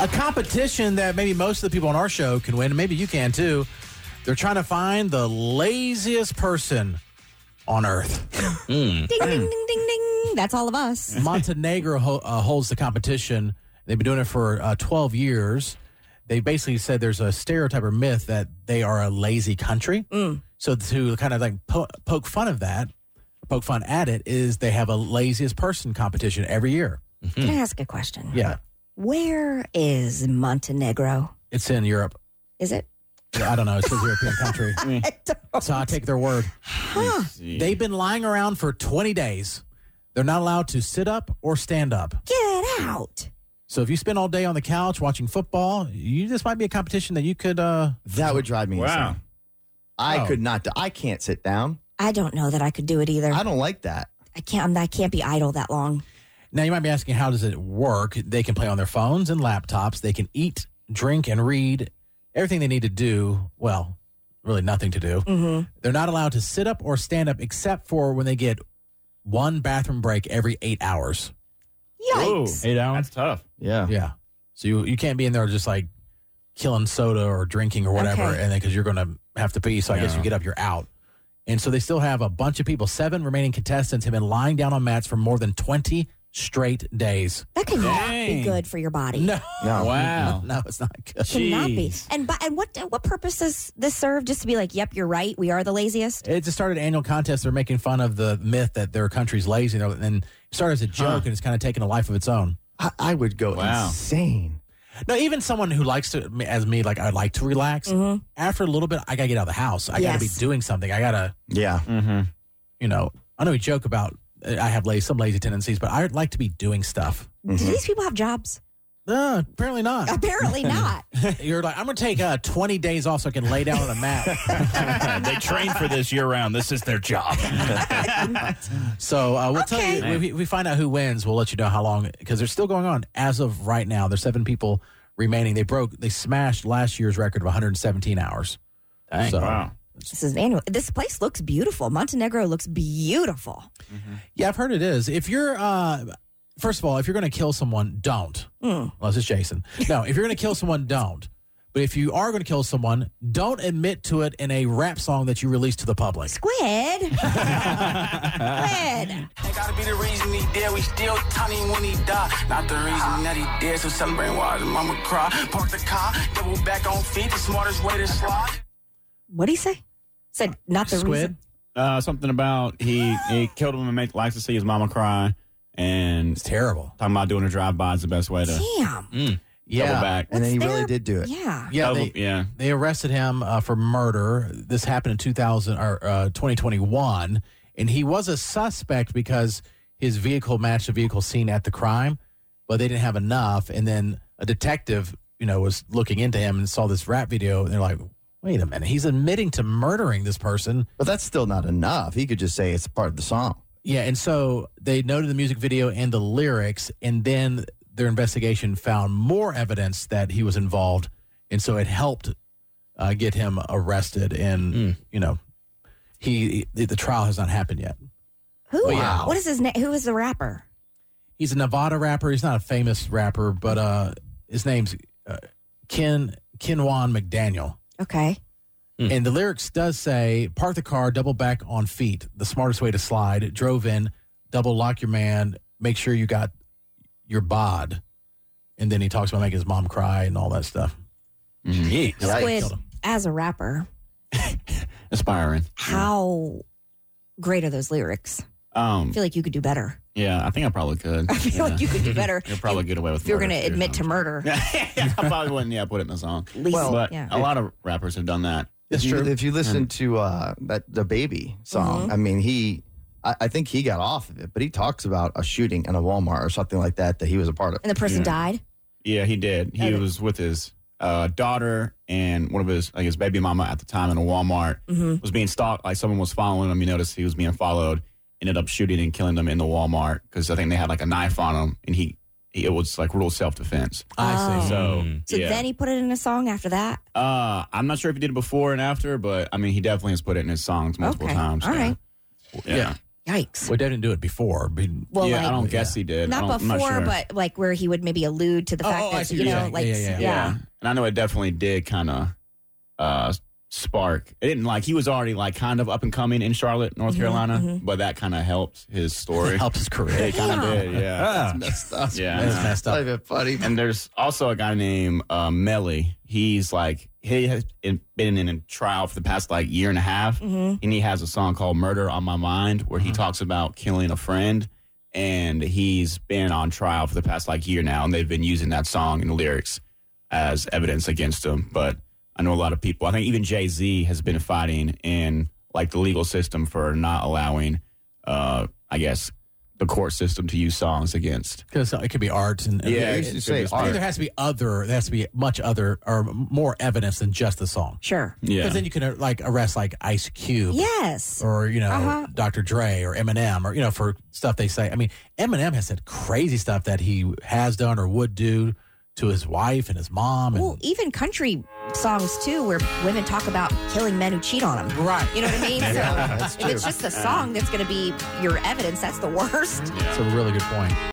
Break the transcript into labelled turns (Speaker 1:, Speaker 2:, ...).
Speaker 1: a competition that maybe most of the people on our show can win, and maybe you can too. They're trying to find the laziest person on earth.
Speaker 2: Ding, ding, ding, ding, ding. That's all of us.
Speaker 1: Montenegro ho- uh, holds the competition. They've been doing it for uh, 12 years. They basically said there's a stereotype or myth that they are a lazy country. So to kind of like po- poke fun of that, poke fun at it, is they have a laziest person competition every year.
Speaker 2: Can I ask a question?
Speaker 1: Yeah,
Speaker 2: Where is Montenegro?
Speaker 1: it's in Europe.
Speaker 2: Is it?
Speaker 1: I don't know. It's a European country. So I take their word. They've been lying around for 20 days. They're not allowed to sit up or stand up.
Speaker 2: Get out.
Speaker 1: So if you spend all day on the couch watching football, you this might be a competition that you could. uh
Speaker 3: That would drive me
Speaker 4: Wow.
Speaker 3: insane. I
Speaker 1: Oh.
Speaker 3: could not. do- I can't sit down.
Speaker 2: I don't know that I could do it either.
Speaker 3: I
Speaker 2: I,
Speaker 3: don't like that.
Speaker 2: can't. I can't be idle that long.
Speaker 1: Now you might be asking, how does it work? They can play on their phones and laptops. They can eat, drink, and read everything they need to do. Well, really nothing to do.
Speaker 2: hmm
Speaker 1: They're not allowed to sit up or stand up except for when they get one bathroom break every eight hours.
Speaker 2: Yikes.
Speaker 4: Eight hours. That's tough.
Speaker 3: Yeah.
Speaker 1: Yeah. So you you can't be in there just like killing soda or drinking or whatever,
Speaker 2: Okay.
Speaker 1: and then because you're going to have to pee. So I guess
Speaker 4: Yeah.
Speaker 1: you get up, you're out. And so they still have a bunch of people. Seven remaining contestants have been lying down on mats for more than twenty straight days.
Speaker 2: That could not be
Speaker 4: Dang.
Speaker 2: good for your body.
Speaker 1: No,
Speaker 2: Oh.
Speaker 3: No.
Speaker 4: Wow.
Speaker 1: no, it's not good.
Speaker 2: Should not be.
Speaker 4: Jeez.
Speaker 2: And by, and what uh, what purpose does this serve? Just to be like, yep, you're right. We are the laziest.
Speaker 1: It just started an annual contest. They're making fun of the myth that their country's lazy, and then it started as a joke, and it's kind of taken a life of its own.
Speaker 3: I, I would go
Speaker 4: Wow.
Speaker 3: insane.
Speaker 1: No, even someone who likes to, as me, like I like to relax.
Speaker 2: Mm-hmm.
Speaker 1: After a little bit, I gotta get out of the house. I gotta be
Speaker 2: Mm. Yes.
Speaker 1: doing something. I gotta
Speaker 3: Yeah.
Speaker 4: Mm-hmm.
Speaker 1: you know, I know we joke about uh, I have lazy, some lazy tendencies, but I like to be doing stuff.
Speaker 3: Mm-hmm.
Speaker 2: Do these people have jobs?
Speaker 1: Uh, apparently not.
Speaker 2: Apparently not.
Speaker 1: You're like, I'm going to take uh, 20 days off so I can lay down on a mat.
Speaker 4: they train for this year round. This is their job.
Speaker 1: so uh, we'll tell you,
Speaker 4: Okay.
Speaker 1: we, we find out who wins. We'll let you know how long, because they're still going on as of right now. There's seven people remaining. They broke, they smashed last year's record of 117 hours. So,
Speaker 4: Wow.
Speaker 2: this is annual. This place looks beautiful. Montenegro looks beautiful.
Speaker 1: Yeah, I've heard it is. If you're, uh, first of all, if you're going to kill someone, don't. Unless it's Jason. No, if you're going to kill someone, don't. But if you are going to kill someone, don't admit to it in a rap song that you release to the public.
Speaker 2: Squid. Squid.
Speaker 5: That gotta be the reason he dead. We still tiny when he die. Not the reason that he dead. So some brainwashed mama cry. Park the car, double back on feet. The smartest way to slide.
Speaker 2: What do he say? Said not the
Speaker 1: Squid.
Speaker 2: reason.
Speaker 4: Uh, something about he he killed him and make likes to see his mama cry, and
Speaker 1: It's terrible.
Speaker 4: talking about doing a drive by is the best way to double
Speaker 2: Damn.
Speaker 4: back.
Speaker 3: And then he
Speaker 2: What's
Speaker 3: really
Speaker 2: there-
Speaker 3: did do it.
Speaker 2: Yeah.
Speaker 1: Yeah,
Speaker 4: Double-
Speaker 1: they,
Speaker 4: yeah.
Speaker 1: they arrested him uh, for murder. This happened in 2000 or uh, 2021, and he was a suspect because his vehicle matched the vehicle seen at the crime, but they didn't have enough. And then a detective, you know, was looking into him and saw this rap video, and they're like, "Wait a minute, he's admitting to murdering this person."
Speaker 3: But that's still not enough. He could just say it's part of the song.
Speaker 1: Yeah, and so they noted the music video and the lyrics, and then their investigation found more evidence that he was involved, and so it helped uh, get him arrested. And you know, he the, the trial has not happened yet.
Speaker 2: Who?
Speaker 1: Wow.
Speaker 2: What is his name? Who is the rapper?
Speaker 1: He's a Nevada rapper. He's not a famous rapper, but uh, his name's uh, Ken Kenwan McDaniel.
Speaker 2: Okay.
Speaker 1: And the lyrics does say, park the car, double back on feet. The smartest way to slide. Drove in, double lock your man. Make sure you got your bod. And then he talks about making his mom cry and all that stuff.
Speaker 4: Mm-hmm.
Speaker 3: Right.
Speaker 2: Squid.
Speaker 1: Killed him.
Speaker 2: As a rapper,
Speaker 4: Aspiring.
Speaker 2: how great are those lyrics? I
Speaker 4: Um.
Speaker 2: feel like you could do better.
Speaker 4: Yeah. I think I probably could.
Speaker 2: I feel like you could do better.
Speaker 4: You'll probably get away with.
Speaker 2: if you're going
Speaker 4: murder,
Speaker 2: to
Speaker 4: too,
Speaker 2: admit
Speaker 4: so.
Speaker 2: to murder.
Speaker 4: yeah, I probably wouldn't. Yeah, put it in the song.
Speaker 2: At least,
Speaker 4: but
Speaker 2: yeah.
Speaker 4: a lot of rappers have done that.
Speaker 3: if You, if you listen to uh, that the baby song,
Speaker 2: Mm-hmm.
Speaker 3: I mean, he, I, I think he got off of it, but he talks about a shooting in a Walmart or something like that that he was a part of.
Speaker 2: and the person died.
Speaker 4: Yeah, he did. He was with his uh, daughter and one of his, like his baby mama at the time in a Walmart
Speaker 2: Mm-hmm.
Speaker 4: was being stalked. Like someone was following him. You noticed he was being followed. Ended up shooting and killing them in the Walmart because I think they had like a knife on him, and he, he it was like rule self defense.
Speaker 1: I see.
Speaker 2: Oh.
Speaker 4: So
Speaker 2: So
Speaker 4: yeah,
Speaker 2: then he put it in a song after that.
Speaker 4: uh, I'm not sure if he did it before and after, but I mean he definitely has put it in his songs multiple
Speaker 2: Okay.
Speaker 4: times.
Speaker 2: All
Speaker 4: yeah.
Speaker 2: right.
Speaker 4: Yeah.
Speaker 2: Yikes.
Speaker 1: Well, they didn't do it before. but-
Speaker 2: Well,
Speaker 4: yeah,
Speaker 2: like,
Speaker 4: I don't guess he did.
Speaker 2: not
Speaker 4: I don't- I'm
Speaker 2: before,
Speaker 4: sure.
Speaker 2: but like where he would maybe allude to the
Speaker 1: Oh,
Speaker 2: fact
Speaker 1: oh, I
Speaker 2: that
Speaker 1: see
Speaker 2: you
Speaker 1: what
Speaker 2: know,
Speaker 1: you're saying.
Speaker 2: like
Speaker 1: Yeah, yeah, yeah.
Speaker 2: yeah.
Speaker 4: And I know it definitely did kind of uh, spark. It didn't like he was already like kind of up and coming in Charlotte, North
Speaker 2: Mhm,
Speaker 4: Carolina,
Speaker 2: mhm.
Speaker 4: but that kind of helped his story.
Speaker 1: It helps his career.
Speaker 4: It kind of
Speaker 2: Yeah.
Speaker 4: did, yeah.
Speaker 1: Ah,
Speaker 3: Messed up.
Speaker 4: Yeah.
Speaker 1: that's messed
Speaker 3: Not
Speaker 1: up.
Speaker 3: even funny.
Speaker 4: And there's also a guy named uh, Melly. He's like he has in- been in a trial for the past like year and a half,
Speaker 2: Mhm.
Speaker 4: and he has a song called "Murder on My Mind" where he talks about killing a friend, and he's been on trial for the past like year now, and they've been using that song and lyrics as evidence against him. But I know a lot of people. I think even Jay Z has been fighting in like the legal system for not allowing, uh, I guess, the court system to use songs against.
Speaker 1: Because it could be art. And, and-
Speaker 4: Yeah,
Speaker 3: you
Speaker 1: it-
Speaker 3: should
Speaker 4: it
Speaker 3: say
Speaker 4: could just
Speaker 1: I
Speaker 4: be-
Speaker 1: think
Speaker 3: art.
Speaker 1: there has to be other, there has to be much other or more evidence than just the song.
Speaker 2: Sure.
Speaker 4: Yeah.
Speaker 1: Because then you can uh, like arrest like Ice Cube
Speaker 2: Yes.
Speaker 1: or you know
Speaker 2: Uh-huh.
Speaker 1: Dr. Dre or Eminem or you know for stuff they say. I mean, Eminem has said crazy stuff that he has done or would do to his wife and his mom. And,
Speaker 2: Well, e- even country songs too, where women talk about killing men who cheat on them.
Speaker 1: right.
Speaker 2: You know what I mean?
Speaker 3: Yeah, that's
Speaker 2: so if it's
Speaker 3: true.
Speaker 2: just the song that's going to be your evidence, that's the worst.
Speaker 1: That's a really good point.